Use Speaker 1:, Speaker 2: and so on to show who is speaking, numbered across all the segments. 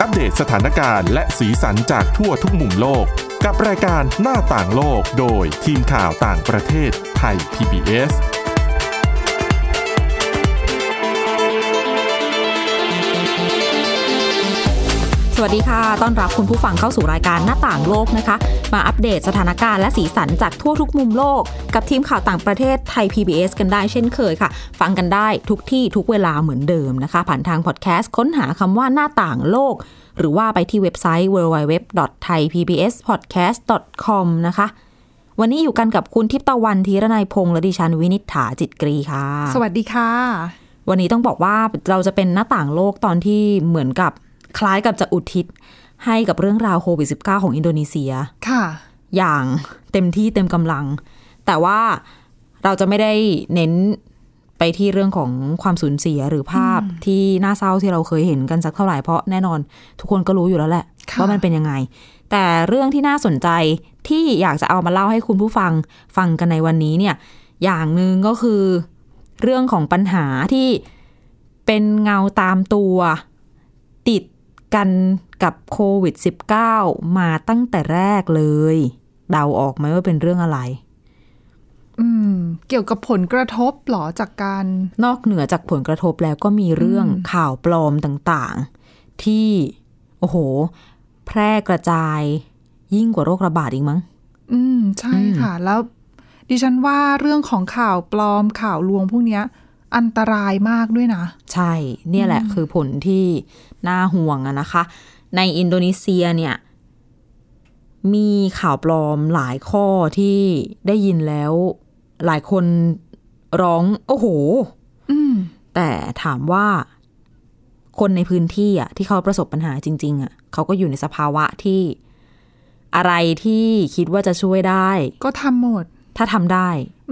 Speaker 1: อัปเดตสถานการณ์และสีสันจากทั่วทุกมุมโลก กับรายการหน้าต่างโลกโดยทีมข่าวต่างประเทศไทย PBS
Speaker 2: สวัสดีค่ะ ต้อนรับคุณผู้ฟังเข้าสู่รายการหน้าต่างโลกนะคะ มาอัปเดตสถานการณ์และสีสันจากทั่วทุกมุมโลก กับทีมข่าวต่างประเทศไทย PBS กันได้เช่นเคยค่ะ ฟังกันได้ทุกที่ทุกเวลาเหมือนเดิมนะคะ ผ่านทางพอดแคสต์ค้นหาคำว่าหน้าต่างโลก หรือว่าไปที่เว็บไซต์ www.thaipbspodcast.com นะคะ วันนี้อยู่กันกับคุณทิพย์ตะวันธีรนัยพงษ์และดิฉันวินิษฐาจิตกรีค่ะ
Speaker 3: สวัสดีค่ะ
Speaker 2: วันนี้ต้องบอกว่าเราจะเป็นหน้าต่างโลกตอนที่เหมือนกับคล้ายกับจะอุทิศ ให้กับเรื่องราวโควิด -19 ของอินโดนีเซีย
Speaker 3: ค่ะ
Speaker 2: อย่างเต็มที่เต็มกำลัง แต่ว่าเราจะไม่ได้เน้นไปที่เรื่องของความสูญเสียหรือภาพที่น่าเศร้าที่เราเคยเห็นกันสักเท่าไหร่เพราะแน่นอน ทุกคนก็รู้อยู่แล้วแหละ
Speaker 3: ค่ะ
Speaker 2: ว่ามันเป็นยังไง แต่เรื่องที่น่าสนใจที่อยากจะเอามาเล่าให้คุณผู้ฟังฟังกันในวันนี้เนี่ย อย่างหนึ่งก็คือเรื่องของปัญหาที่เป็นเงาตามตัว ติดกันกับโควิด -19 มาตั้งแต่แรกเลย เดาออกไหมว่าเป็นเรื่องอะไร
Speaker 3: อืม เกี่ยวกับผลกระทบเหรอจากการ
Speaker 2: นอกเหนือจากผลกระทบแล้วก็มีเรื่องข่าวปลอมต่างๆ ที่ โอ้โห แพร่กระจายยิ่งกว่าโรคระบาดอีกมั้ง
Speaker 3: อืม ใช่ค่ะ แล้ว ดิฉันว่าเรื่องของข่าวปลอมข่าวลวงพวกเนี้ย อันตรายมากด้วยนะ
Speaker 2: ใช่ เนี่ยแหละคือผลที่น่าห่วงอะนะคะ ในอินโดนีเซียเนี่ย มีข่าวปลอมหลายข้อที่ได้ยินแล้ว หลายคนร้อง โอ้โห
Speaker 3: อืม
Speaker 2: แต่ถามว่าคนในพื้นที่อ่ะที่เขาประสบปัญหาจริง ๆ อ่ะ เขาก็อยู่ในสภาวะที่อะไรที่คิดว่าจะช่วยได้
Speaker 3: ก็ทำหมด
Speaker 2: ถ้าทำได้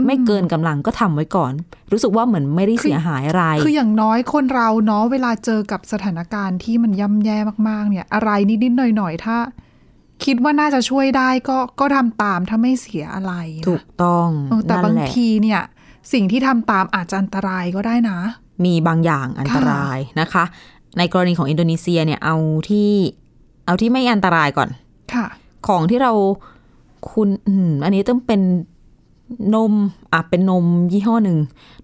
Speaker 2: ไม่เกินกำลังก็ทำไว้ก่อน รู้สึกว่าเหมือนไม่ได้เสียหายอะไร
Speaker 3: คืออย่างน้อยคนเราเนาะเวลาเจอกับสถานการณ์ที่มันย่ำแย่มากๆ เนี่ย อะไรนิดๆหน่อยๆ ถ้า คิดว่าน่าจะช่วยได้ก็ก็ทำตามถ้าไม่เสียอะไรนะ
Speaker 2: ถูกต้อง
Speaker 3: เออแต่
Speaker 2: นั่
Speaker 3: บานง
Speaker 2: แหละ
Speaker 3: ทีเนี่ย สิ่งที่ทำตามอาจจะอันตรายก็ได้นะ
Speaker 2: มีบางอย่างอันตรายนะคะ ในกรณีของอินโดนีเซียเนี่ยเอาที่เอาที่ไม่อันตรายก่อน
Speaker 3: ค่ะ
Speaker 2: ของที่เราคุณอืมอันนี้ต้องเป็นนมอ่ะเป็นนมยี่ห้อหนึ่ง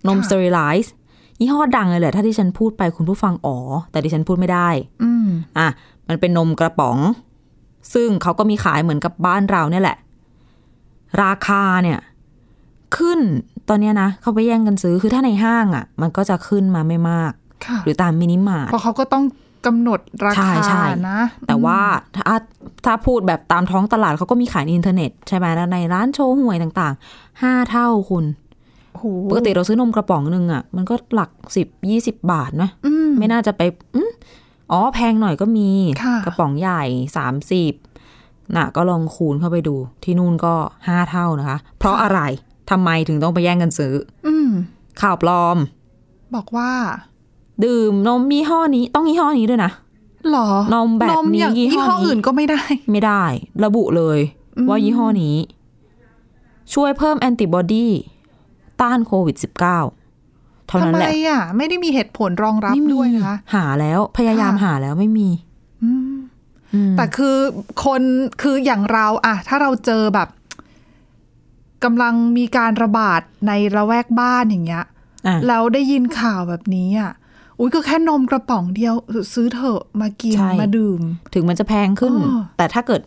Speaker 2: นม
Speaker 3: ค่ะ
Speaker 2: สเตอริไลซ์ยี่ห้อดังเลยแหละ ถ้าที่ฉันพูดไปคุณผู้ฟังอ๋อ แต่ดิฉันพูดไม่ได้
Speaker 3: อืม
Speaker 2: อ่ะ มันเป็นนมกระป๋อง ซึ่งเขาก็มีขายเหมือนกับบ้านเราเนี่ยแหละ ราคาเนี่ย ขึ้นตอนเนี้ยนะ เขาไปแย่งกันซื้อคือถ้าในห้างอ่ะ มันก็จะขึ้นมาไม่มาก
Speaker 3: ค่ะ
Speaker 2: หรือตามมินิมาร์ท
Speaker 3: เพราะเขาก็ต้องกำหนดรา
Speaker 2: ใช่
Speaker 3: คา
Speaker 2: ใช่
Speaker 3: นะ
Speaker 2: แต่ว่าถ้าถ้าพูดแบบตามท้องตลาดเขาก็มีขายในอินเทอร์เน็ตใช่ไหมแล้วในร้านโชว์หวยต่างๆห้าเท่าคุณ
Speaker 3: โอ้โห
Speaker 2: ปกติเราซื้อนมกระป๋องหนึ่งอ่ะ มันก็หลักสิบยี่สิบบาทนะ
Speaker 3: อืม
Speaker 2: ไม่น่าจะไปอืมอ๋อแพงหน่อยก็มี
Speaker 3: ค่ะ
Speaker 2: กระป๋องใหญ่สามสิบน่ะ ก็ลองคูณเข้าไปดู ที่นู่นก็ห้าเท่านะคะ เพราะอะไรทำไมถึงต้องไปแย่งกันซื้อ
Speaker 3: อืม
Speaker 2: ข่าวปลอม
Speaker 3: บอกว่า
Speaker 2: ดื่มนมยี่ห้อนี้ต้องยี่ห้อนี้ด้วยนะ
Speaker 3: หรอน
Speaker 2: มแบบนี้
Speaker 3: อย่าง
Speaker 2: ยี่
Speaker 3: ยี่
Speaker 2: ห้อนี้
Speaker 3: ห้ออื่นก็ไม่ได้
Speaker 2: ไม่ได้ ระบุเลย
Speaker 3: อืม
Speaker 2: ว่ายี่ห้อนี้ ช่วยเพิ่มแอนติบอดีต้านโควิด -19 เท่า
Speaker 3: ทำ
Speaker 2: นั้น
Speaker 3: ไม
Speaker 2: แหละ
Speaker 3: อ่ะ ไม่ได้มีเหตุผลรองรับ
Speaker 2: ไม่มี
Speaker 3: ด้วยนะคะ
Speaker 2: หาแล้วพยายาม
Speaker 3: ค่ะ
Speaker 2: หาแล้วไม่มี
Speaker 3: อืม
Speaker 2: อืม
Speaker 3: แต่คือคนคืออย่างเราอะถ้าเราเจอแบบกำลังมีการระบาดในระแวกบ้านอย่างเงี้ย
Speaker 2: อ่ะ
Speaker 3: แล้วได้ยินข่าวแบบนี้อ่ะอุ้ยก็แค่นมกระป๋องเดียว ซื้อเถอะมากิน
Speaker 2: ใช่
Speaker 3: มาดื่ม
Speaker 2: ถึงมันจะแพงขึ้น
Speaker 3: อ้อ
Speaker 2: แต่ถ้าเกิด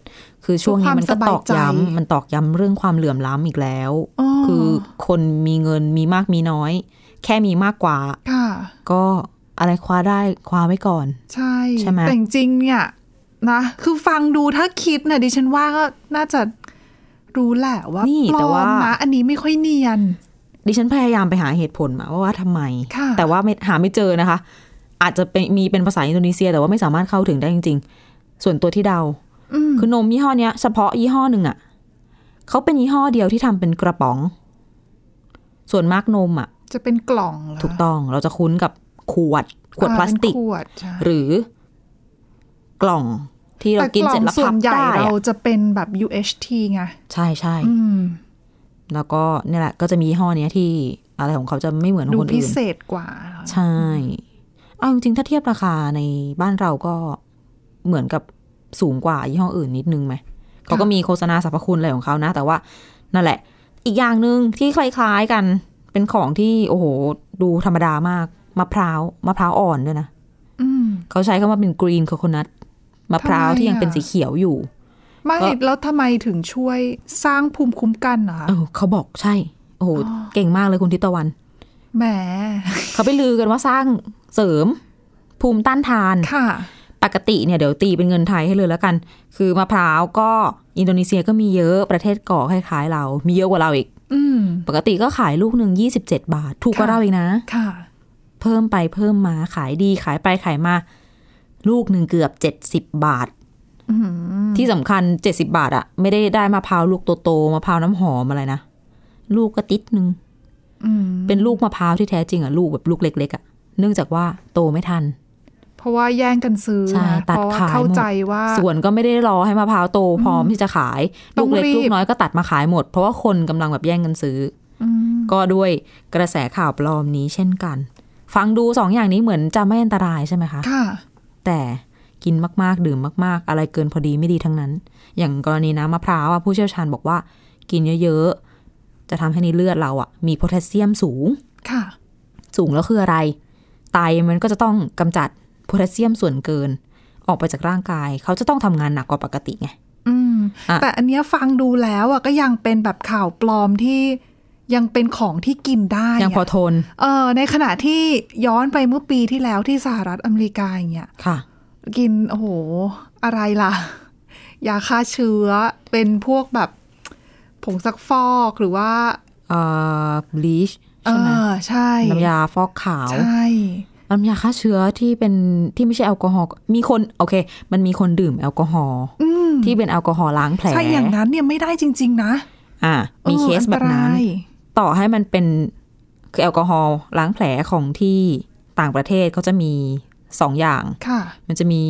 Speaker 2: คือช่วงนี้มันก็ตอก
Speaker 3: ความสบายใจ
Speaker 2: ย้ำมันตอกย้ำเรื่องความเหลื่อมล้ำอีกแล้ว
Speaker 3: อ๋อ
Speaker 2: คือคนมีเงินมีมากมีน้อย แค่มีมากกว่า
Speaker 3: ค่ะ
Speaker 2: ก็อะไรคว้าได้คว้าไว้ก่อน
Speaker 3: ใช่
Speaker 2: ใช่ไหม
Speaker 3: แต่จริงๆเนี่ยนะ คือฟังดูถ้าคิดเนี่ยดิฉันว่าก็น่าจะรู้แหละว่า
Speaker 2: นี่
Speaker 3: ปล
Speaker 2: แต่
Speaker 3: อ
Speaker 2: ว่า
Speaker 3: มนะอันนี้ไม่ค่อยเนียน
Speaker 2: ดิฉันพยายามไปหาเหตุผลมาว่าว่าทำไม
Speaker 3: ค่ะ
Speaker 2: แต่ว่าไม่หาไม่เจอนะคะ อาจจะเป็นมีเป็นภาษาอินโดนีเซีย แต่ว่าไม่สามารถเข้าถึงได้จริง ๆ ส่วนตัวที่เดา
Speaker 3: อืม
Speaker 2: คือนมยี่ห้อเนี้ยเฉพาะยี่ห้อหนึ่งอะ่ะเขาเป็นยี่ห้อเดียวที่ทำเป็นกระป๋อง ส่วนมากนมอ่ะ
Speaker 3: จะเป็นกล่องเหรอ
Speaker 2: ถูกต้องเราจะคุ้นกับขวดขวด
Speaker 3: อ่
Speaker 2: พลาสติก
Speaker 3: เนขวดใช่
Speaker 2: หรือกล่องที่เรากินเสร็จแล้ว
Speaker 3: แต่กองส่ว
Speaker 2: พับ
Speaker 3: นใหญ่
Speaker 2: ได้
Speaker 3: เรา
Speaker 2: อะ
Speaker 3: จะเป็นแบบ UHT ไง
Speaker 2: ใช่ใช่
Speaker 3: อืม
Speaker 2: แล้วก็เนี่ยแหละก็จะมียี่ห้อเนี้ยที่อะไรของเขาจะไม่เหมือนขอ
Speaker 3: ดู
Speaker 2: งคน
Speaker 3: พิ
Speaker 2: อื่น
Speaker 3: เศษกว่าเหรอ
Speaker 2: ใช่ เอาจริงๆถ้าเทียบราคาในบ้านเราก็ เหมือนกับสูงกว่ายี่ห้ออื่นนิดนึงไหมเขาก็มีโฆษณาสรรพคุณอะไรของเขานะ แต่ว่านั่นแหละ อีกอย่างหนึ่งที่คล้ายๆกันเป็นของที่โอ้โห ดูธรรมดามากมะพร้าวมะพร้าวอ่อนด้วยนะ
Speaker 3: อืม
Speaker 2: เขาใช้คำว่าเป็นกรีนโคโคนัทมะพร้าว
Speaker 3: ทำไม
Speaker 2: ที่ยังเป็น
Speaker 3: อ่ะ
Speaker 2: สีเขียวอยู่
Speaker 3: ไม่
Speaker 2: ก็
Speaker 3: แล้วทำไมถึงช่วยสร้างภูมิคุ้มกันเหรอคะ
Speaker 2: เออเขาบอกใช่ โอ้โห เก่งมากเลยคุณทิพย์ตะวัน
Speaker 3: แหม
Speaker 2: เขาไปลือกันว่าสร้างเสริมภูมิต้านทาน
Speaker 3: ค่ะ
Speaker 2: ปกติเนี่ยเดี๋ยวตีเป็นเงินไทยให้เลยแล้วกัน คือมะพร้าวก็อินโดนีเซียก็มีเยอะประเทศเก่อคล้ายๆเรา มีเยอะกว่าเราอีก
Speaker 3: อืม
Speaker 2: ปกติก็ขายลูกหนึ่ง27 บาท ถูกกว่า
Speaker 3: ค่ะ
Speaker 2: เราอีกนะ
Speaker 3: ค่ะ
Speaker 2: เพิ่มไปเพิ่มมาขายดีขายไปขายมา ลูกหนึ่งเกือบ 70 บาท
Speaker 3: อืม
Speaker 2: ที่สำคัญ 70 บาทอะไม่ได้ได้มะพร้าวลูกโตๆมะพร้าวน้ำหอมอะไรนะ ลูกก็ติดนึง
Speaker 3: อืม
Speaker 2: เป็นลูกมะพร้าวที่แท้จริงอะลูกแบบลูกเล็กๆอะเนื่องจากว่าโตไม่ทัน
Speaker 3: เพราะว่าแย่งกันซื้อ
Speaker 2: ใช่
Speaker 3: นะ
Speaker 2: ตัด
Speaker 3: เพราะว่า
Speaker 2: ขาย
Speaker 3: เข้า
Speaker 2: หมด
Speaker 3: ใจว่า
Speaker 2: สวนก็ไม่ได้รอให้มะพร้าวโตพร้อมที่จะขาย
Speaker 3: ต้
Speaker 2: ลู
Speaker 3: อง
Speaker 2: กเล็ก
Speaker 3: รีบ
Speaker 2: ลูกน้อยก็ตัดมาขายหมด เพราะว่าคนกำลังแบบแย่งกันซื้ออก็ด้วยกระแสข่าวปลอมนี้เช่นกัน ฟังดูสองอย่างนี้เหมือนจะไม่อันตรายใช่ไหมคะ
Speaker 3: ค่ะ
Speaker 2: แต่กินมากๆ ดื่มมากๆ อะไรเกินพอดีไม่ดีทั้งนั้น อย่างกรณีน้ำมะพร้าวอะผู้เชี่ยวชาญบอกว่า กินเยอะๆ จะทำให้ในเลือดเราอะมีโพแทสเซียมสูง
Speaker 3: ค่ะ
Speaker 2: สูงแล้วคืออะไร ไตมันก็จะต้องกำจัดโพแทสเซียมส่วนเกิน ออกไปจากร่างกาย เขาจะต้องทำงานหนักกว่าปกติไง
Speaker 3: อืม
Speaker 2: อ่ะ
Speaker 3: แต่อันเนี้ยฟังดูแล้วอ่ะก็ยังเป็นแบบข่าวปลอมที่ยังเป็นของที่กินได้
Speaker 2: ยังพอ
Speaker 3: อะ
Speaker 2: ทน
Speaker 3: เออในขณะที่ย้อนไปเมื่อปีที่แล้วที่สหรัฐอเมริกาอย่างเงี้ย
Speaker 2: ค่ะ
Speaker 3: กินโอ้โห อะไรล่ะ ยาฆ่าเชื้อเป็นพวกแบบผงซักฟอกหรือว่า
Speaker 2: เอ่อ bleach
Speaker 3: เอ
Speaker 2: ใช่ไหม
Speaker 3: อใช่
Speaker 2: น้ำยาฟอกขาว
Speaker 3: ใช่
Speaker 2: น้ำยาฆ่าเชื้อที่เป็นที่ไม่ใช่แอลกอฮอล์มีคนโอเค มันมีคนดื่มแอลกอฮอล์
Speaker 3: อืม
Speaker 2: ที่เป็นแอลกอฮอล์ล้างแผล
Speaker 3: ใช่อย่างนั้นเนี่ยไม่ได้จริง ๆ นะ
Speaker 2: อ่ะมี
Speaker 3: ออ
Speaker 2: เคสแบบนั้
Speaker 3: อัต
Speaker 2: น
Speaker 3: ราย
Speaker 2: ต่อให้มันเป็นคือแอลกอฮอล์ล้างแผลของที่ต่างประเทศเขาจะมีสองอย่าง
Speaker 3: ค่ะ
Speaker 2: มันจะมี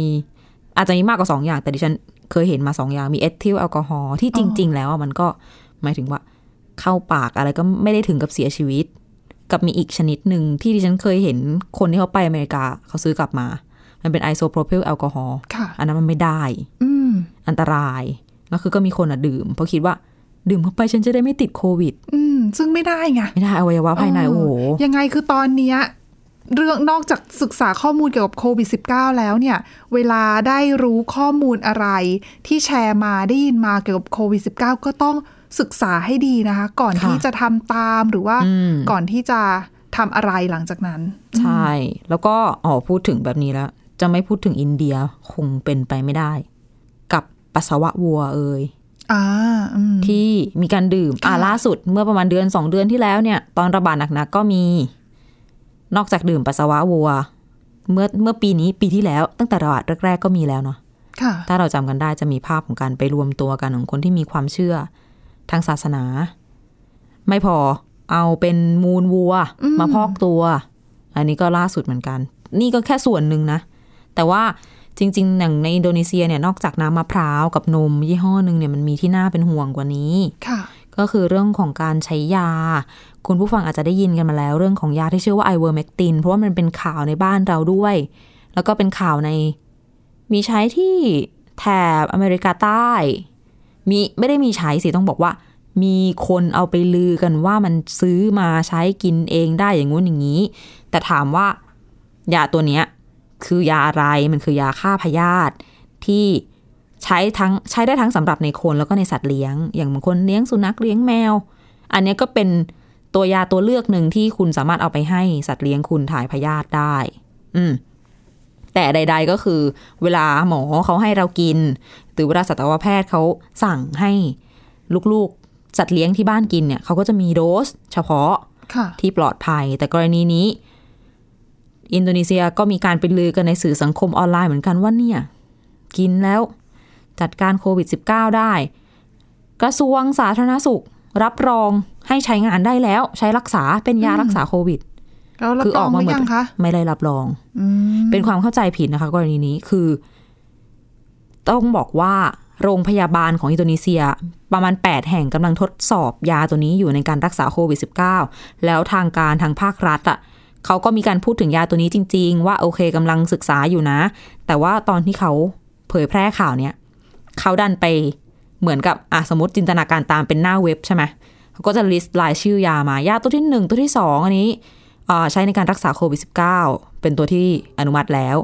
Speaker 2: อาจจะมีมากกว่าสองอย่าง แต่ดิฉันเคยเห็นมาสองอย่างมีเอทิลแอลกอฮอล์ที่จริง ๆ แล้วอะมันก็หมายถึงว่าเข้าปากอะไรก็ไม่ได้ถึงกับเสียชีวิต กับมีอีกชนิดหนึ่งที่ดิฉันเคยเห็นคนที่เขาไปอเมริกาเขาซื้อกลับมา มันเป็นไอโซโพรพิลแอลกอฮอล์
Speaker 3: ค่ะ
Speaker 2: อันนั้นมันไม่ได้
Speaker 3: อืม
Speaker 2: อันตราย แล้วคือก็มีคนอะดื่ม เพราะคิดว่าดื่มเข้าไปฉันจะได้ไม่ติดโควิด
Speaker 3: อืม ซึ่งไม่ได้ไง
Speaker 2: ไม่ได้อวัยวะภายใน
Speaker 3: เออ
Speaker 2: โอ้โห
Speaker 3: ยังไงคือตอนเนี้ยเรื่องนอกจากศึกษาข้อมูลเกี่ยวกับโควิด -19 แล้วเนี่ย เวลาได้รู้ข้อมูลอะไร ที่แชร์มาได้ยินมาเกี่ยวกับโควิด -19 ก็ต้องศึกษาให้ดีนะคะ ก่อน
Speaker 2: ค่ะ
Speaker 3: ที่จะทำตามหรือว่า
Speaker 2: อืม
Speaker 3: ก่อนที่จะทำอะไรหลังจากนั้น
Speaker 2: ใช่ แล้วก็อ๋อพูดถึงแบบนี้แล้ว จะไม่พูดถึงอินเดียคงเป็นไปไม่ได้ กับปัสสาวะวัวเอ่ย
Speaker 3: อ่าอืม
Speaker 2: ที่มีการดื่ม อ่า
Speaker 3: ค่ะ
Speaker 2: ล่าสุดเมื่อประมาณเดือนสองเดือนที่แล้วเนี่ย ตอนระบาดหนักๆก็มี นอกจากดื่มปัสสาวะวัว เมื่อเมื่อปีนี้ปีที่แล้ว ตั้งแต่ระบาดแรกๆก็มีแล้วเนาะ
Speaker 3: ค่ะ
Speaker 2: ถ้าเราจำกันได้จะมีภาพของการไปรวมตัวกันของคนที่มีความเชื่อ ทางศาสนา ไม่พอเอาเป็นมูลวัวมาพอกตัว อันนี้ก็ล่าสุดเหมือนกัน นี่ก็แค่ส่วนหนึ่งนะ แต่ว่าจริงๆอย่างในอินโดนีเซียเนี่ยนอกจากน้ำมะพร้าวกับนม ยี่ห้อหนึ่งเนี่ยมันมีที่น่าเป็นห่วงกว่านี้
Speaker 3: ค่ะ
Speaker 2: ก็คือเรื่องของการใช้ยา คุณผู้ฟังอาจจะได้ยินกันมาแล้ว เรื่องของยาที่ชื่อว่าไอเวอร์เมกตินเพราะว่ามันเป็นข่าวในบ้านเราด้วย แล้วก็เป็นข่าวใน มีใช้ที่แถบอเมริกาใต้ มีไม่ได้มีใช้สิต้องบอกว่า มีคนเอาไปลือกันว่ามันซื้อมาใช้กินเองได้อย่างงู้นอย่างนี้ แต่ถามว่ายาตัวเนี้ยคือยาอะไรมันคือยาฆ่าพยาธิที่ ใช้ทั้งใช้ได้ทั้งสำหรับในคนแล้วก็ในสัตว์เลี้ยง อย่างบางคนเลี้ยงสุนัขเลี้ยงแมว อันเนี้ยก็เป็นตัวยาตัวเลือกหนึ่งที่คุณสามารถเอาไปให้สัตว์เลี้ยงคุณถ่ายพยาธิได้ อืม แต่ใด ๆก็คือ เวลาหมอเขาให้เรากิน หรือเวลาสัตวแพทย์เขาสั่งให้ลูกๆสัตว์เลี้ยงที่บ้านกินเนี่ยเขาก็จะมีโดส เฉพาะ
Speaker 3: ค่ะ
Speaker 2: ที่ปลอดภัย แต่กรณีนี้ อินโดนีเซียก็มีการไปลือกันในสื่อสังคมออนไลน์เหมือนกันว่าเนี่ย กินแล้วจัดการโควิด -19 ได้ กระทรวงสาธารณสุข รับรองให้ใช้งานได้แล้ว ใช้รักษาเป็นยารักษาโควิด
Speaker 3: แล้วรับ
Speaker 2: คือ
Speaker 3: ร
Speaker 2: อ
Speaker 3: อ
Speaker 2: องก
Speaker 3: ห
Speaker 2: มา
Speaker 3: รื
Speaker 2: เหมือ
Speaker 3: อยั
Speaker 2: น
Speaker 3: งคะ
Speaker 2: ไม่ได้รับรอง
Speaker 3: อืม
Speaker 2: เป็นความเข้าใจผิดนะคะ กรณีนี้คือ ต้องบอกว่าโรงพยาบาลของอินโดนีเซีย ประมาณ 8 แห่งกำลังทดสอบยาตัวนี้อยู่ในการรักษาโควิด -19 แล้วทางการทางภาครัฐอ่ะเขาก็มีการพูดถึงยาตัวนี้จริง ๆ ว่าโอเคกำลังศึกษาอยู่นะ แต่ว่าตอนที่เขา เผยแพร่ข่าวเนี้ยเขาดันไปเหมือนกับอ่ะสมมติจินตนาการตามเป็นหน้าเว็บใช่ไหมเขาก็จะ list รายชื่อยามายาตัวที่หนึ่งตัวที่สองอันนี้อ่าใช้ในการรักษาโควิด -19 เป็นตัวที่อนุมัติแล้ว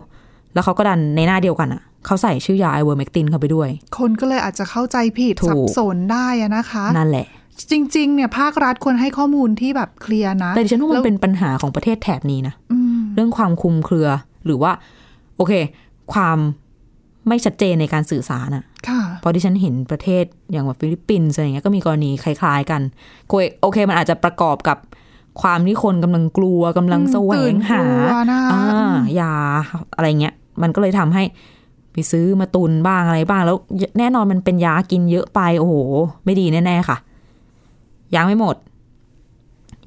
Speaker 2: แล้วเขาก็ดันในหน้าเดียวกันอ่ะเขาใส่ชื่อยาไอเวอร์เมกตินเข้าไปด้วย
Speaker 3: คนก็เลยอาจจะเข้าใจผิด
Speaker 2: ถูก
Speaker 3: สับสนได้อะนะคะ
Speaker 2: นั่นแหละ
Speaker 3: จริง ๆ เนี่ยภาครัฐควรให้ข้อมูลที่แบบเคลียร์นะ
Speaker 2: แต่ดิฉันว่ามัน
Speaker 3: แล้ว
Speaker 2: เป็นปัญหาของประเทศแถบนี้นะ
Speaker 3: อืม
Speaker 2: เรื่องความคลุมเครือ หรือว่า โอเค ความไม่ชัดเจนในการสื่อสารอะ
Speaker 3: ค่ะ
Speaker 2: เพราะที่ฉันเห็นประเทศอย่างแบบฟิลิปปินส์อะไรเงี้ยก็มีกรณีคล้ายๆกันโอเคโอเค มันอาจจะประกอบกับความที่คนกำลังกลัวกำลังแสวงหา
Speaker 3: ตื่นกลัวนะ
Speaker 2: อ่ายาอะไรเงี้ย มันก็เลยทำให้ไปซื้อมาตุนบ้างอะไรบ้าง แล้วแน่นอนมันเป็นยากินเยอะไป โอ้โห ไม่ดีแน่ๆค่ะ ยังไม่หมด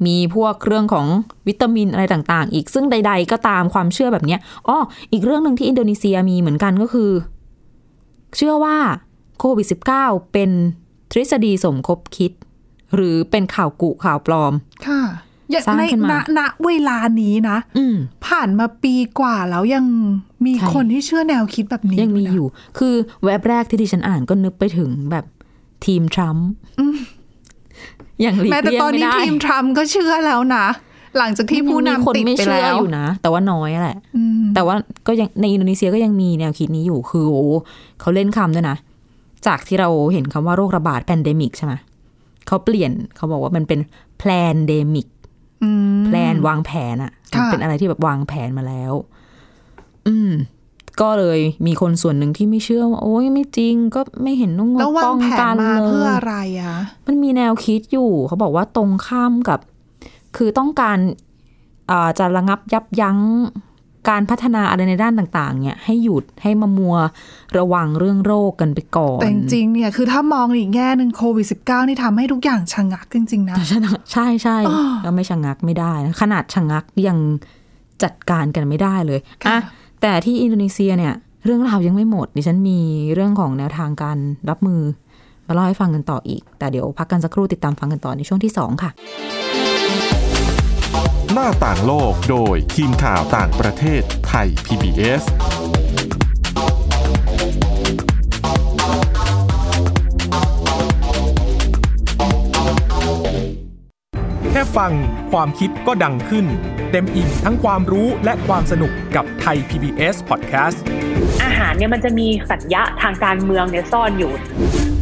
Speaker 2: มีพวกเรื่องของวิตามินอะไรต่าง ๆ อีกซึ่งใด ๆ ก็ตามความเชื่อแบบเนี้ยอ้ออีกเรื่องหนึ่งที่อินโดนีเซียมีเหมือนกันก็คือ เชื่อว่าโควิด -19 เป็นทฤษฎีสมคบคิด หรือเป็นข่าวกุข่าวปลอม
Speaker 3: ค่ะอย่าง
Speaker 2: สร้าง
Speaker 3: ใน
Speaker 2: ขึ้น
Speaker 3: ณ
Speaker 2: มา
Speaker 3: ณเวลานี้นะ
Speaker 2: อืม
Speaker 3: ผ่านมาปีกว่าแล้วยังมี
Speaker 2: ใช่
Speaker 3: คนที่เชื่อแนวคิดแบบนี้
Speaker 2: ยังมี
Speaker 3: นะ
Speaker 2: อยู่ คือแว็บแรกที่ดิฉันอ่านก็นึกไปถึงแบบทีมทรัมป์อย่างหลีก
Speaker 3: แม้แต่
Speaker 2: เลี่ยง
Speaker 3: ตอน
Speaker 2: ไม่
Speaker 3: นี้
Speaker 2: ได้
Speaker 3: ทีมทรัมป์ก็เชื่อแล้วนะ หลังจากที่ผู้
Speaker 2: ยังมีคน
Speaker 3: ำติด
Speaker 2: ไม่
Speaker 3: ไป
Speaker 2: เชื่อ
Speaker 3: แล้ว
Speaker 2: อยู่นะ แต่ว่าน้อยแหละ
Speaker 3: อืม
Speaker 2: แต่ว่าก็ยังในอินโดนีเซียก็ยังมีแนวคิดนี้อยู่ คือโอ้เขาเล่นคำด้วยนะ จากที่เราเห็นคำว่าโรคระบาดแพนเดมิกใช่ไหมเขาเปลี่ยนเขาบอกว่ามันเป็นแพลนเดมิก
Speaker 3: อืม
Speaker 2: แพลนวางแผนอะมั
Speaker 3: ค่ะ
Speaker 2: นเป็นอะไรที่แบบวางแผนมาแล้ว อืม ก็เลยมีคนส่วนหนึ่งที่ไม่เชื่อว่าโอ้ยไม่จริง ก็ไม่เห็นต้อง
Speaker 3: แล้ววาง
Speaker 2: ป้อง
Speaker 3: แผน
Speaker 2: กัน
Speaker 3: มา
Speaker 2: เล
Speaker 3: เพื่อย อะไรอะ
Speaker 2: มันมีแนวคิดอยู่ เขาบอกว่าตรงข้ามกับ คือต้องการอ่าจะระงับยับยั้งการพัฒนาอะไรในด้านต่าง ๆ เนี่ย ให้หยุดให้มามัวระวังเรื่องโรคกันไปก่อน
Speaker 3: แต่จริงๆเนี่ยคือถ้ามองอีกแง่หนึ่งโควิด -19 นี่ทำให้ทุกอย่างชะงักจริง ๆ นะ
Speaker 2: แต่ชะงักใช่ใช่
Speaker 3: อ้อ
Speaker 2: ก็ไม่ชะงักไม่ได้นะขนาดชะงักยังจัดการกันไม่ได้เลยอ่ะแต่ที่อินโดนีเซียเนี่ย เรื่องราวยังไม่หมดดิฉันมีเรื่องของแนวทางการรับมือมาเล่าให้ฟังกันต่ออีก แต่เดี๋ยวพักกันสักครู่ติดตามฟังกันต่อในช่วงที่สองค่ะ
Speaker 1: หน้าต่างโลกโดยทีมข่าวต่างประเทศไทย PBS
Speaker 4: แค่ฟังความคิดก็ดังขึ้น เต็มอิ่งทั้งความรู้และความสนุกกับไทย PBS Podcast
Speaker 5: อาหารเนี่ยมันจะมีสัญญะทางการเมืองเนี่ยซ่อนอยู่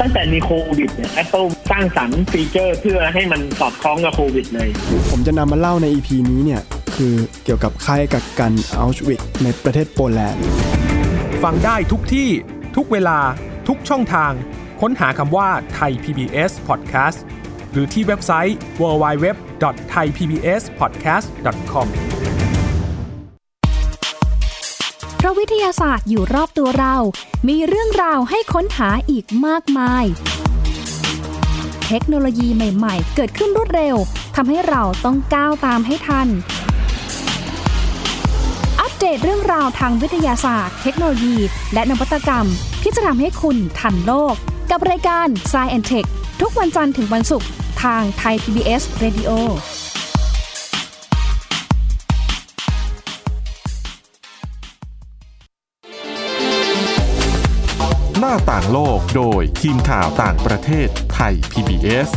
Speaker 6: ตั้งแต่มีโควิดเนี่ย Apple สร้างสรรค์ฟีเจอร์เพื่อให้มันสอดคล้องกับโควิดเลย
Speaker 7: ผมจะนำมาเล่าใน EP นี้เนี่ย คือเกี่ยวกับค่ายกักกันอัลชวิกในประเทศโปแลนด์
Speaker 4: ฟังได้ทุกที่ทุกเวลาทุกช่องทาง ค้นหาคำว่าไทย PBS Podcast หรือที่เว็บไซต์ www.thaipbspodcast.com
Speaker 8: เพราะวิทยาศาสตร์อยู่รอบตัวเรา มีเรื่องราวให้ค้นหาอีกมากมาย เทคโนโลยีใหม่ ๆ เกิดขึ้นรวดเร็ว ทำให้เราต้องก้าวตามให้ทัน อัปเดตเรื่องราวทางวิทยาศาสตร์ เทคโนโลยี และนวัตกรรม ที่จะทำให้คุณทันโลก กับรายการ s c i e n t e c h ทุกวันจันทร์ถึงวันศุกร์ทางไทย PBS Radio
Speaker 1: หน้าต่างโลกโดยทีมข่าวต่างประเทศไทย PBS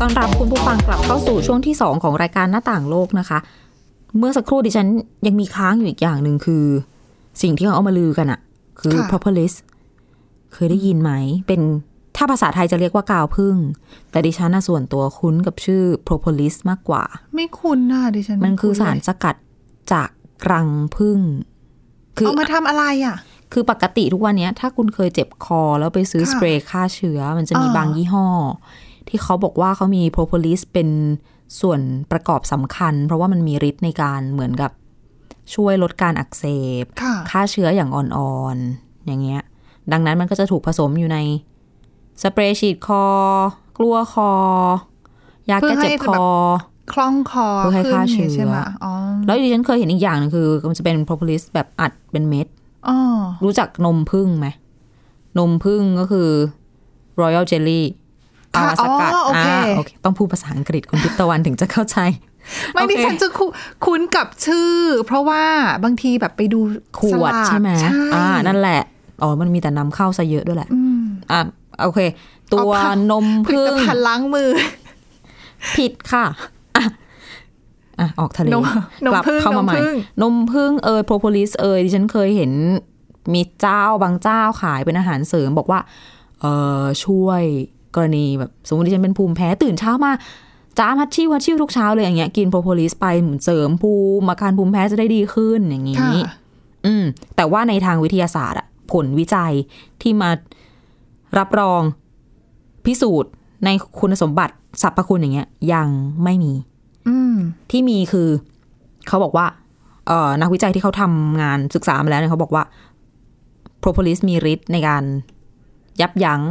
Speaker 2: ต้อนรับคุณผู้ฟังกลับเข้าสู่ช่วงที่ 2 ของรายการหน้าต่างโลกนะคะ เมื่อสักครู่ดิฉันยังมีค้างอยู่อีกอย่างหนึ่งคือ สิ่งที่เขาเอามาลือกันอะคือ
Speaker 3: ค่ะ
Speaker 2: propolis เคยได้ยินไหม เป็นถ้าภาษาไทยจะเรียกว่ากาวพึ่ง แต่ดิฉันนะส่วนตัวคุ้นกับชื่อ propolis มากกว่า
Speaker 3: ไม่คุ้นน่ะดิฉัน
Speaker 2: มันคือสาร
Speaker 3: ไ
Speaker 2: สกัดจากรังพึ่ง
Speaker 3: คุ้นเลยเอามาทำอะไรอ่ะ
Speaker 2: คือปกติทุกวันเนี้ยถ้าคุณเคยเจ็บคอแล้วไปซื้อ
Speaker 3: ค่ะ
Speaker 2: สเปรย์ฆ่าเชื้อ มันจะมี
Speaker 3: อ่า
Speaker 2: บางยี่ห้อ ที่เขาบอกว่าเขามีโพรโพลิสเป็นส่วนประกอบสำคัญ เพราะว่ามันมีฤทธิ์ในการเหมือนกับ ช่วยลดการอักเสบ
Speaker 3: ค่ะ
Speaker 2: ฆ่าเชื้ออย่างอ่อนๆ อย่างเงี้ย ดังนั้นมันก็จะถูกผสมอยู่ใน สเปรย์ฉีดคอ กลัวคอ ยาแก้เจ็บคอ
Speaker 3: คล่องคอ
Speaker 2: เพื่อให้
Speaker 3: ขึ้น
Speaker 2: ฆ่าเชื้อ
Speaker 3: ใช่ไหมอ๋อ
Speaker 2: แล้วดิฉันเคยเห็นอีกอย่างหนึงคือ มันจะเป็นโพรโพลิสแบบอัดเป็นเม็ด
Speaker 3: อ๋อ
Speaker 2: รู้จักนมพึ่งไหม นมพึ่งก็คือ Royal Jelly เอามาสกัด
Speaker 3: อ๋อโอเค
Speaker 2: าโอเคต้องพูดภาษาอังกฤษคุณทิพย์ตะวันถึงจะเข้าใจ
Speaker 3: ไม่
Speaker 2: โอเค
Speaker 3: ดิฉันจะคุคุ้นกับชื่อ เพราะว่าบางทีแบบไปดู
Speaker 2: ขวด
Speaker 3: สลาก
Speaker 2: ใช่ไหม
Speaker 3: ใช่
Speaker 2: อ่านั่นแหละ อ๋อ มันมีแต่นำเข้าซะเยอะด้วยแหละ
Speaker 3: อืม
Speaker 2: อ่ะโอเค ตัว
Speaker 3: เอาค่ะ
Speaker 2: นม
Speaker 3: ผลิ
Speaker 2: พึ่
Speaker 3: ต
Speaker 2: ง
Speaker 3: ภัณฑ์ล้างมือ
Speaker 2: ผิดค่ะอ่ะอ่ะออกทะเล
Speaker 3: นมนม
Speaker 2: กลับ
Speaker 3: พึ่ง
Speaker 2: เข้ามาน
Speaker 3: ม
Speaker 2: ใหม่
Speaker 3: พึ่ง
Speaker 2: นมพึ่งเอยโพรโพลิสเอยดิฉันเคยเห็นมีเจ้าบางเจ้าขายเป็นอาหารเสริม บอกว่า เออช่วยกรณีแบบสมมติดิฉันเป็นภูมิแพ้ตื่นเช้ามาจ้ามฮัดชิวฮัดชิวทุกเช้าเลยอย่างเงี้ยกินโพรโพลิสไปเหมือนเสริมภูมิอาการภูมิแพ้จะได้ดีขึ้นอย่างงี้
Speaker 3: ค่ะ
Speaker 2: อืมแต่ว่าในทางวิทยาศาสตร์อะผลวิจัยที่มารับรองพิสูจน์ในคุณสมบัติสรรพคุณอย่างเงี้ย ยังไม่มี
Speaker 3: อืม
Speaker 2: ที่มีคือเขาบอกว่าเอ่อนักวิจัยที่เขาทำงานศึกษามาแล้วเนี่ยเขาบอกว่าโพรโพลิสมีฤทธิ์ในการยับยั้ง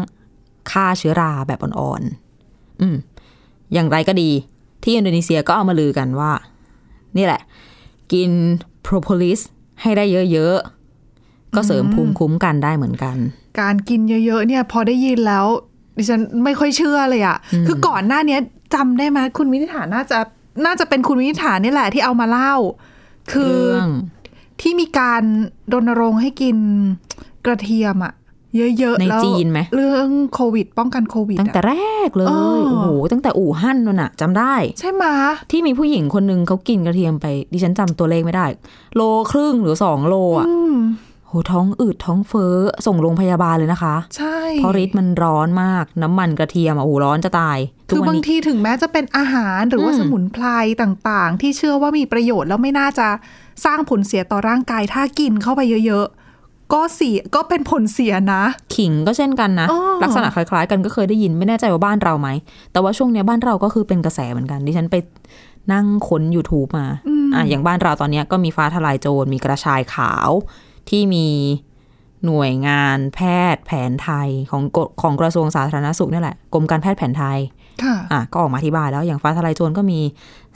Speaker 2: ฆ่าเชื้อราแบบอ่อนๆอืม อย่างไรก็ดี ที่อินโดนีเซียก็เอามาลือกันว่า นี่แหละ กินโพรโพลิสให้ได้เยอะๆ ก็เสริมภูมิคุ้มกันได้เหมือนกัน
Speaker 3: การกินเยอะๆเนี่ยพอได้ยินแล้ว ดิฉันไม่ค่อยเชื่อเลยอะ่ะ คือก่อนหน้าเนี้ยจำได้ไหมคุณวินิษฐาน่าจะน่าจะเป็นคุณวินิษฐานี่แหละที่เอามาเล่า คือ
Speaker 2: เรื่อง
Speaker 3: ที่มีการรณรงค์ให้กินกระเทียมอะ่ะ เยอะๆ
Speaker 2: ใน
Speaker 3: แล้ว
Speaker 2: จีนไหม
Speaker 3: เรื่องโควิด ป้องกันโควิด
Speaker 2: ตั้งแต่
Speaker 3: อะ
Speaker 2: แรกเลย
Speaker 3: อ๋อ
Speaker 2: โอ้โห ตั้งแต่อู่ฮั่นนั่นน่ะจำได้
Speaker 3: ใช่ไหมะ
Speaker 2: ที่มีผู้หญิงคนหนึ่งเขากินกระเทียมไป ดิฉันจำตัวเลขไม่ได้ โลครึ่งหรือสองโลอ่ะ
Speaker 3: อืม
Speaker 2: โหท้องอืดท้องเฟ้อส่งโรงพยาบาลเลยนะคะ
Speaker 3: ใช่
Speaker 2: เพราะฤทธิ์มันร้อนมากน้ำมันกระเทียมอ่ะโอ้โหร้อนจะตายทุ
Speaker 3: คื
Speaker 2: ก
Speaker 3: อ
Speaker 2: วัน
Speaker 3: บาง
Speaker 2: นี้
Speaker 3: ทีถึงแม้จะเป็นอาหารหรือว่า
Speaker 2: อืม
Speaker 3: สมุนไพรต่างๆ ที่เชื่อว่ามีประโยชน์แล้วไม่น่าจะสร้างผลเสียต่อร่างกายถ้ากินเข้าไปเยอะๆก็เสียก็เป็นผลเสียนะ
Speaker 2: ขิงก็เช่นกันนะ
Speaker 3: อ๋อ
Speaker 2: ลักษณะคล้ายๆกันก็เคยได้ยินไม่แน่ใจว่าบ้านเราไหม แต่ว่าช่วงเนี้ยบ้านเราก็คือเป็นกระแสเหมือนกัน ดิฉันไปนั่งค้น YouTube มาอ่ะอย่างบ้านเราตอนเนี้ยก็มีฟ้าทลายโจรมีกระชายขาว ที่มีหน่วยงานแพทย์แผนไทยของกฎของกระทรวงสาธารณสุขนี่แหละกรมการแพทย์แผนไทย
Speaker 3: ค่ะ
Speaker 2: อ่ะก็ออกมาอธิบายแล้วอย่างฟ้าทลายโจรก็มี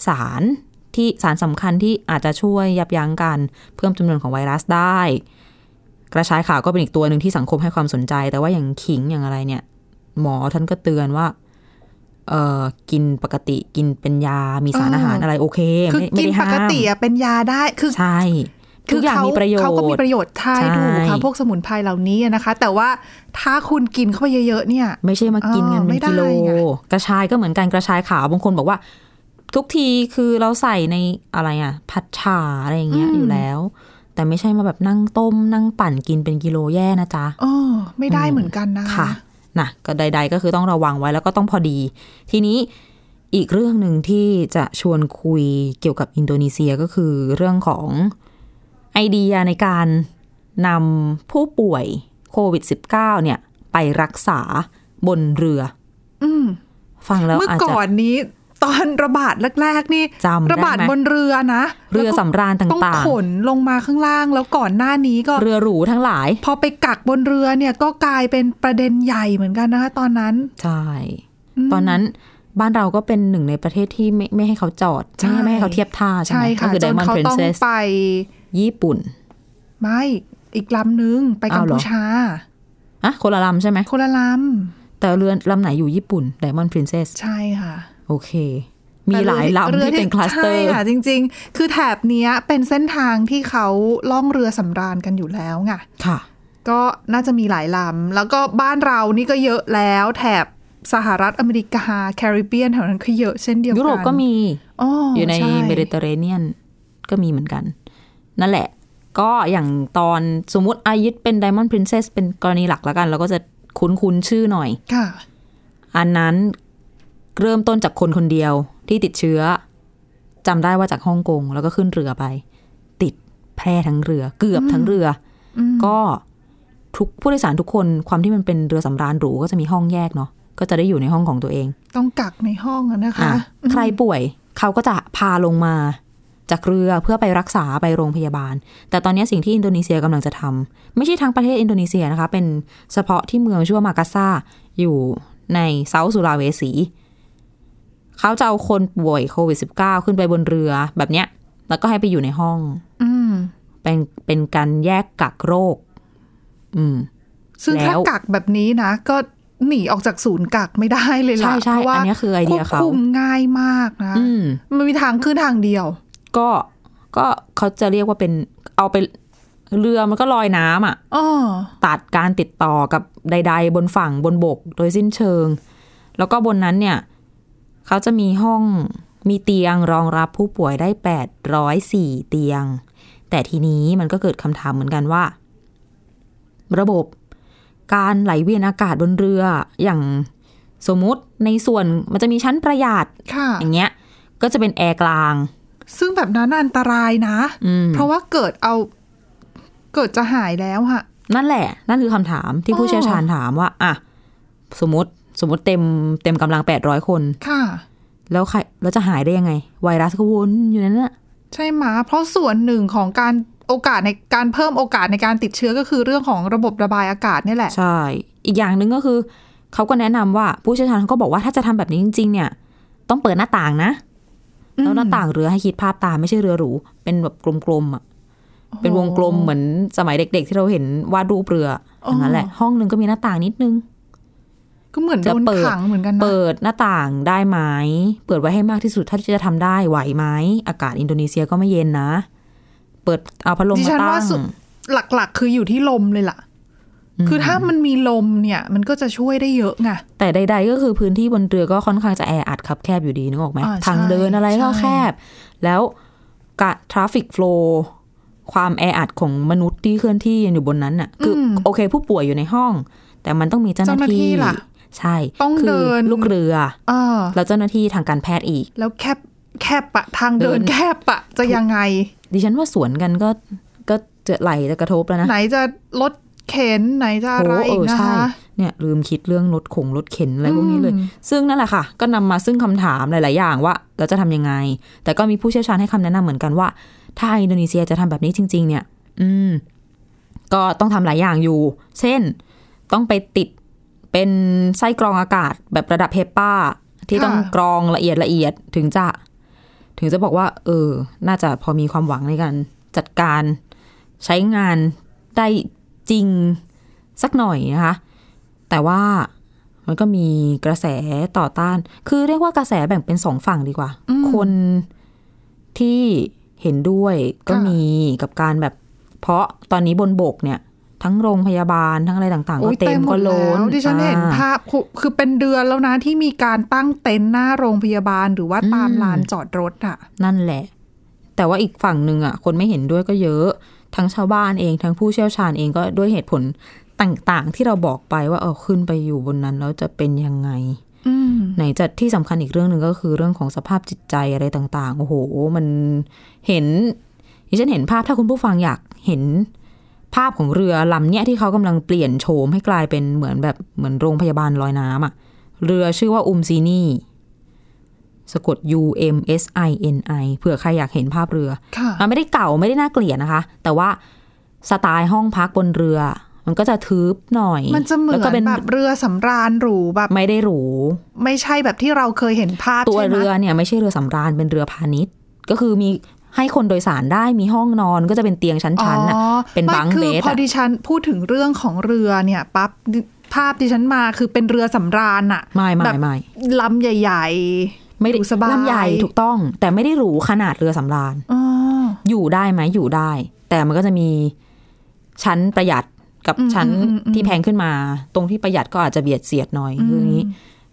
Speaker 2: สารที่สารสำคัญที่อาจจะช่วยยับยั้งการเพิ่มจำนวนของไวรัสได้ กระชายขาวก็เป็นอีกตัวหนึ่งที่สังคมให้ความสนใจ แต่ว่าอย่างขิงอย่างอะไรเนี่ย หมอท่านก็เตือนว่าเออกินปกติกินเป็นยามีสาร
Speaker 3: เอออ
Speaker 2: อาหารอะไรโอเค
Speaker 3: คือ
Speaker 2: ไม่ไม่
Speaker 3: กิน
Speaker 2: ได้
Speaker 3: ป
Speaker 2: ห้าม
Speaker 3: กติอะเป็นยาได้ คือ
Speaker 2: ใช่ ทุ
Speaker 3: คื
Speaker 2: กอย่าง
Speaker 3: เข
Speaker 2: มีประโยชน์
Speaker 3: เขาก็มีประโยชน์ใช่
Speaker 2: ใช่
Speaker 3: ดูค่ะพวกสมุนไพรเหล่านี้นะคะ แต่ว่าถ้าคุณกินเข้าไปเยอะๆเนี่ย
Speaker 2: ไม่ใช่มากินกัน
Speaker 3: อ๋อ
Speaker 2: เป็
Speaker 3: ไม่
Speaker 2: น
Speaker 3: ได้
Speaker 2: กิโล
Speaker 3: ไง
Speaker 2: กระชายก็เหมือนกันกระชายขาวบางคนบอกว่า ทุกทีคือเราใส่ในอะไรอ่ะ ผัดฉ่าอะไรอย่างเงี้ยอยู่แล้ว แต่ไม่ใช่มาแบบนั่งต้ม นั่งปั่นกินเป็นกิโลแย่นะจ๊ะ
Speaker 3: เออไม่ได้เหมือนกันนะ
Speaker 2: ค่ะนะก็ใด ๆ ก็คือต้องระวังไว้แล้วก็ต้องพอดี ทีนี้อีกเรื่องหนึ่งที่จะชวนคุยเกี่ยวกับอินโดนีเซียก็คือเรื่องของไอเดียในการนำผู้ป่วยโควิด -19 เนี่ย ไปรักษาบนเรือ
Speaker 3: อืม
Speaker 2: ฟังแล้ว
Speaker 3: เมื่อ
Speaker 2: อาจจะ
Speaker 3: ก่อนนี้ตอนระบาดแรก ๆ นี่
Speaker 2: จำได้ไหม
Speaker 3: ระบาดบนเรือนะ
Speaker 2: เรือสำราญ
Speaker 3: แล้วก็ต้อง
Speaker 2: ต่าง
Speaker 3: ขนลงมาข้างล่างแล้วก่อนหน้านี้ก็
Speaker 2: ๆ เรือหรูทั้งหลาย
Speaker 3: พอไปกักบนเรือเนี่ยก็กลายเป็นประเด็นใหญ่เหมือนกันนะคะตอนนั้น
Speaker 2: ใช่ ตอนนั้นบ้านเราก็เป็นหนึ่งในประเทศที่ไม่ไม่ให้เขาจอด
Speaker 3: ใช่
Speaker 2: ไม่ให้ไม่ให้เขาเทียบท่าใช่ไห
Speaker 3: ใช่
Speaker 2: มก็
Speaker 3: ค่ะ
Speaker 2: คือ
Speaker 3: จน
Speaker 2: Diamond
Speaker 3: เขาต้อง
Speaker 2: Princess
Speaker 3: ไป
Speaker 2: ญี่ปุ่น
Speaker 3: ไม่อีกลำนึงไปกัม
Speaker 2: อ้าวเหรอ
Speaker 3: พูชา
Speaker 2: อะคนละลำใช่ไหม
Speaker 3: โคนละล
Speaker 2: แต่เรือลำไหนอยู่ญี่ปุ่น Diamond Princess
Speaker 3: ำใช่ค่ะ
Speaker 2: โอเค มีหลายลำที่เป็นคลัสเตอร์
Speaker 3: ใช่ค่ะจริง ๆ คือแถบเนี้ยเป็นเส้นทางที่เขาล่องเรือสำราญกันอยู่แล้วไง
Speaker 2: ค่ะ
Speaker 3: ก็น่าจะมีหลายลำ แล้วก็บ้านเรานี่ก็เยอะแล้ว แถบสหรัฐอเมริกาแคริบเบียนแถวนั้นก็เยอะเช่นเดียวกัน
Speaker 2: ยุโรปก็มี
Speaker 3: อ๋อ
Speaker 2: อ
Speaker 3: อยู่
Speaker 2: ใน
Speaker 3: ช่
Speaker 2: เมดิเตอร์เรเนียนก็มีเหมือนกัน นั่นแหละ ก็อย่างตอนสมมติอายิตเป็น Diamond Princess เป็นกรณีหลักแล้วกัน เราก็จะคุ้นคุ้นๆชื่อหน่อย
Speaker 3: ค่ะ
Speaker 2: อันนั้นเริ่มต้นจากคนคนเดียวที่ติดเชื้อจำได้ว่าจากฮ่องกงแล้วก็ขึ้นเรือไป ติดแพร่ทั้งเรือ เกือบทั้งเรือ ก็ทุกผู้โดยสารทุกคนความที่มันเป็นเรือสำราญหรูก็จะมีห้องแยกเนาะก็จะได้อยู่ในห้องของตัวเอง
Speaker 3: ต้องกักในห้องอะนะคะ
Speaker 2: อ่ะใครป่วยเขาก็จะพาลงมา จากเรือเพื่อไปรักษาไปโรงพยาบาล แต่ตอนนี้สิ่งที่อินโดนีเซียกำลังจะทำไม่ใช่ทั้งประเทศอินโดนีเซียนะคะ เป็นเฉพาะที่เมืองชื่อว่ามากาซาอยู่ในเซาท์สุราเวสี เขาจะเอาคนป่วยโควิด -19 ขึ้นไปบนเรือแบบเนี้ย แล้วก็ให้ไปอยู่ในห้อง
Speaker 3: อืม
Speaker 2: เป็นเป็นการแยกกักโรค อืม
Speaker 3: ซึ่ง
Speaker 2: แล้ว
Speaker 3: ถ้ากักแบบนี้นะ ก็หนีออกจากศูนย์กักไม่ได้เลยล่ะ
Speaker 2: ใช่ใช่
Speaker 3: เพราะว่า
Speaker 2: อันเนี้ยคือไอเดีย
Speaker 3: บ
Speaker 2: เขา
Speaker 3: คุมง่ายมากนะ
Speaker 2: อืม
Speaker 3: มันมีทางขึ้นทางเดียว
Speaker 2: ก็ก็เขาจะเรียกว่าเป็นเอาไปเรือมันก็ลอยน้ำอ่ะ
Speaker 3: อ้อ
Speaker 2: ตัดการติดต่อกับใด ๆ บนฝั่งบนบกโดยสิ้นเชิง แล้วก็บนนั้นเนี่ย เขาจะมีห้องมีเตียงรองรับผู้ป่วยได้ 804 เตียง แต่ทีนี้มันก็เกิดคำถามเหมือนกันว่า ระบบการไหลเวียนอากาศบนเรืออย่างสมมุติในส่วนมันจะมีชั้นประหยัด
Speaker 3: ค่ะ
Speaker 2: อย่างเงี้ย ก็จะเป็นแอร์กลาง
Speaker 3: ซึ่งแบบนั้นอันตรายนะ
Speaker 2: อืม
Speaker 3: เพราะว่าเกิดเอาเกิดจะหายแล้วอะ
Speaker 2: นั่นแหละ นั่นคือคำถามที่ผู้
Speaker 3: อ๋อ
Speaker 2: เชี่ยวชาญถามว่า อ่ะ สมมติ สมมติเต็ม เต็มกำลังแปดร้อยคน
Speaker 3: ค่ะ
Speaker 2: แล้วใครแล้วจะหายได้ยังไง ไวรัสก็วนอยู่นั่นน่ะ
Speaker 3: ใช่ไหมะเพราะส่วนหนึ่งของการโอกาสในการเพิ่มโอกาสในการติดเชื้อก็คือเรื่องของระบบระบายอากาศเนี่ยแหละ
Speaker 2: ใช่ อีกอย่างหนึ่งก็คือ เขาก็แนะนำว่าผู้เชี่ยวชาญเขาก็บอกว่าถ้าจะทำแบบนี้จริง ๆ เนี่ย ต้องเปิดหน้าต่างนะ แล้วหน้าต่างเรือให้คิดภาพตามไม่ใช่เรือหรู เป็นแบบกลมๆอ่ะ เป็นวงกลมเหมือนสมัยเด็ก ๆ ที่เราเห็นวาดรูปเรืออย่างนั้นแหละ ห้องหนึ่งก็มีหน้าต่างนิดนึง
Speaker 3: ก็เหมือน
Speaker 2: จะ
Speaker 3: โดน
Speaker 2: เปิด
Speaker 3: ขังเหมือนกันนะ
Speaker 2: เปิดหน้าต่างได้ไหม เปิดไว้ให้มากที่สุดเท่าที่จะทำได้ไหวไหม อากาศอินโดนีเซียก็ไม่เย็นนะ เปิดเอาพัดลม
Speaker 3: ดิ
Speaker 2: มา
Speaker 3: ฉันว่า
Speaker 2: ตั้ง
Speaker 3: สุดหลักๆ คืออยู่ที่ลมเลยล่ะ คือถ้ามันมีลมเนี่ย มันก็จะช่วยได้เยอะไง
Speaker 2: แต่ใด ๆ ก็คือพื้นที่บนเรือก็ค่อนข้างจะแออัดครับแคบอยู่ดีนึกออกไหม
Speaker 3: อ่าใช่
Speaker 2: ทางเดินอะไรก็
Speaker 3: ใช่
Speaker 2: แคบ แล้วกะทราฟิกฟลูความแออัดของมนุษย์ที่เคลื่อนที่อยู่บนนั้นน่ะ คืออโอเค ผู้ป่วยอยู่ในห้อง แต่มันต้องมีเจ้าหน้าที่
Speaker 3: ล่ะ
Speaker 2: ใช่
Speaker 3: ต้อง
Speaker 2: คื
Speaker 3: เดิน
Speaker 2: ลูกเรือ
Speaker 3: เออ
Speaker 2: แล้วเจ้าหน้าที่ทางการแพทย์อีก
Speaker 3: แล้วแคบแคบปะทางเดิน
Speaker 2: เดิน
Speaker 3: แคบปะจะยังไง
Speaker 2: ดิฉันว่าสวนกันก็ก็เจอไหลจะกระทบแล้วนะ
Speaker 3: ไหนจะรถเข็นไหนจะอะไร
Speaker 2: เอ
Speaker 3: อีก
Speaker 2: อ
Speaker 3: นะ
Speaker 2: ใช่
Speaker 3: คะ
Speaker 2: เนี่ยลืมคิดเรื่องรถขงรถเข็นอะไรพวกนี้เลย ซึ่งนั่นแหละค่ะ ก็นำมาซึ่งคำถามหลาย ๆ อย่างว่าเราจะทำยังไง แต่ก็มีผู้เชี่ยวชาญให้คำแนะนำเหมือนกันว่า ถ้าอินโดนีเซียจะทำแบบนี้จริง ๆ เนี่ย อืม ก็ต้องทำหลายอย่างอยู่ เช่น ต้องไปติดเป็นไส้กรองอากาศแบบระดับเฮปปาที่ต้องกรองละเอียดละเอียดถึงจะ ถึงจะบอกว่า เออ น่าจะพอมีความหวังในการจัดการใช้งานได้จริงสักหน่อยนะคะ แต่ว่ามันก็มีกระแสต่อต้าน คือเรียกว่ากระแสแบ่งเป็นสองฝั่งดีกว่า คนที่เห็นด้วยก็มีกับการแบบ เพราะตอนนี้บนบกเนี่ย ทั้งโรงพยาบาลทั้งอะไรต่างๆ
Speaker 3: โอ้
Speaker 2: ก็
Speaker 3: ย
Speaker 2: เต็
Speaker 3: เต็
Speaker 2: ม
Speaker 3: มหม
Speaker 2: ก็
Speaker 3: ดแล้
Speaker 2: ล้น
Speaker 3: วดิฉันเห็น
Speaker 2: อ่
Speaker 3: ภาพคือคือเป็นเดือนแล้วนะที่มีการตั้งเต็นท์หน้าโรงพยาบาลหรือว่าตาม
Speaker 2: อืม
Speaker 3: ลานจอดรถอะ
Speaker 2: นั่นแหละ แต่ว่าอีกฝั่งหนึ่งอ่ะ คนไม่เห็นด้วยก็เยอะ ทั้งชาวบ้านเอง ทั้งผู้เชี่ยวชาญเองก็ด้วยเหตุผลต่าง ๆ ที่เราบอกไปว่าเออขึ้นไปอยู่บนนั้นแล้วจะเป็นยังไง
Speaker 3: อืม
Speaker 2: ไหนจะที่สำคัญอีกเรื่องหนึ่งก็คือเรื่องของสภาพจิตใจอะไรต่าง ๆ โอ้โห มันเห็นดิฉันเห็นภาพถ้าคุณผู้ฟังอยากเห็นภาพของเรือลำเนี้ยที่เขากำลังเปลี่ยนโฉมให้กลายเป็นเหมือนแบบเหมือนโรงพยาบาลลอยน้ำอะเรือชื่อว่าอุมซีนี่ สะกด U M S I N I เผื่อใครอยากเห็นภาพเรือ
Speaker 3: ค่ะ
Speaker 2: มันไม่ได้เก่าไม่ได้น่าเกลียดนะคะ แต่ว่าสไตล์ห้องพักบนเรือ มันก็จะทึบหน่อย
Speaker 3: มันจะเหมือ
Speaker 2: แล้วก็เป็น
Speaker 3: นแบบเรือสำราญหรูแบบ
Speaker 2: ไม่ได้หรู
Speaker 3: ไม่ใช่แบบที่เราเคยเห็นภาพ
Speaker 2: ตัว
Speaker 3: ใช่ไหม
Speaker 2: เรือเนี่ยไม่ใช่เรือสำราญเป็นเรือพาณิชย์ ก็คือมีให้คนโดยสารได้มีห้องนอนก็จะเป็นเตียงชั้น
Speaker 3: อ๋อ
Speaker 2: ๆน่ะเป็นบัง
Speaker 3: ไม่คื
Speaker 2: เบ
Speaker 3: อ
Speaker 2: ส
Speaker 3: พอ
Speaker 2: อะ
Speaker 3: ดิฉันพูดถึงเรื่องของเรือเนี่ยปั๊บดิภาพดิฉันมาคือเป็นเรือสำราญอะ
Speaker 2: ไม่ไม่
Speaker 3: แบบ
Speaker 2: ไม่
Speaker 3: ลำใหญ่
Speaker 2: ไม่ได้
Speaker 3: หรูสบาย
Speaker 2: ลำใหญ่ถูกต้อง แต่ไม่ได้หรูขนาดเรือสำราญ
Speaker 3: ๆอ๋อ
Speaker 2: อยู่ได้ไหมอยู่ได้ แต่มันก็จะมีชั้นประหยัดกับ
Speaker 3: อืม
Speaker 2: ชั้น
Speaker 3: อืมอืม
Speaker 2: ที่แพงขึ้นมา ตรงที่ประหยัดก็อาจจะเบียดเสียดหน่อยคืออย่างนี้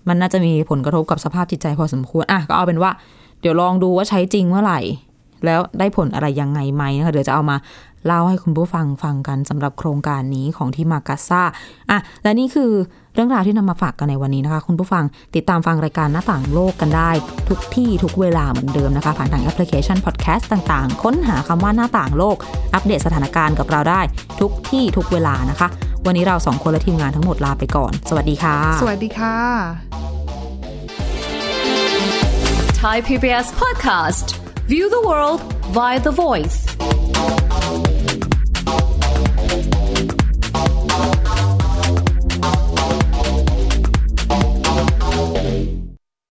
Speaker 2: มันน่าจะมีผลกระทบกับสภาพจิตใจพอสมควรอ่ะก็เอาเป็นว่า เดี๋ยวลองดูว่าใช้จริงเมื่อไหร่ แล้วได้ผลอะไรยังไงไหมนะคะเดี๋ยวจะเอามาเล่าให้คุณผู้ฟังฟังกันสำหรับโครงการนี้ของที่มากาซาอ่ะและนี่คือเรื่องราวที่นำมาฝากกันในวันนี้นะคะ คุณผู้ฟังติดตามฟังรายการหน้าต่างโลกกันได้ ทุกที่ทุกเวลาเหมือนเดิมนะคะ ผ่านทางแอปพลิเคชันพอดแคสต์ต่างๆ ค้นหาคำว่าหน้าต่างโลก อัปเดตสถานการณ์กับเราได้ ทุกที่ทุกเวลานะคะ วันนี้เราสองคนและทีมงานทั้งหมดลาไปก่อน สวัสดีค่ะ
Speaker 3: สวัสดีค่ะ
Speaker 9: Thai PBS podcast. View the world
Speaker 8: via The Voice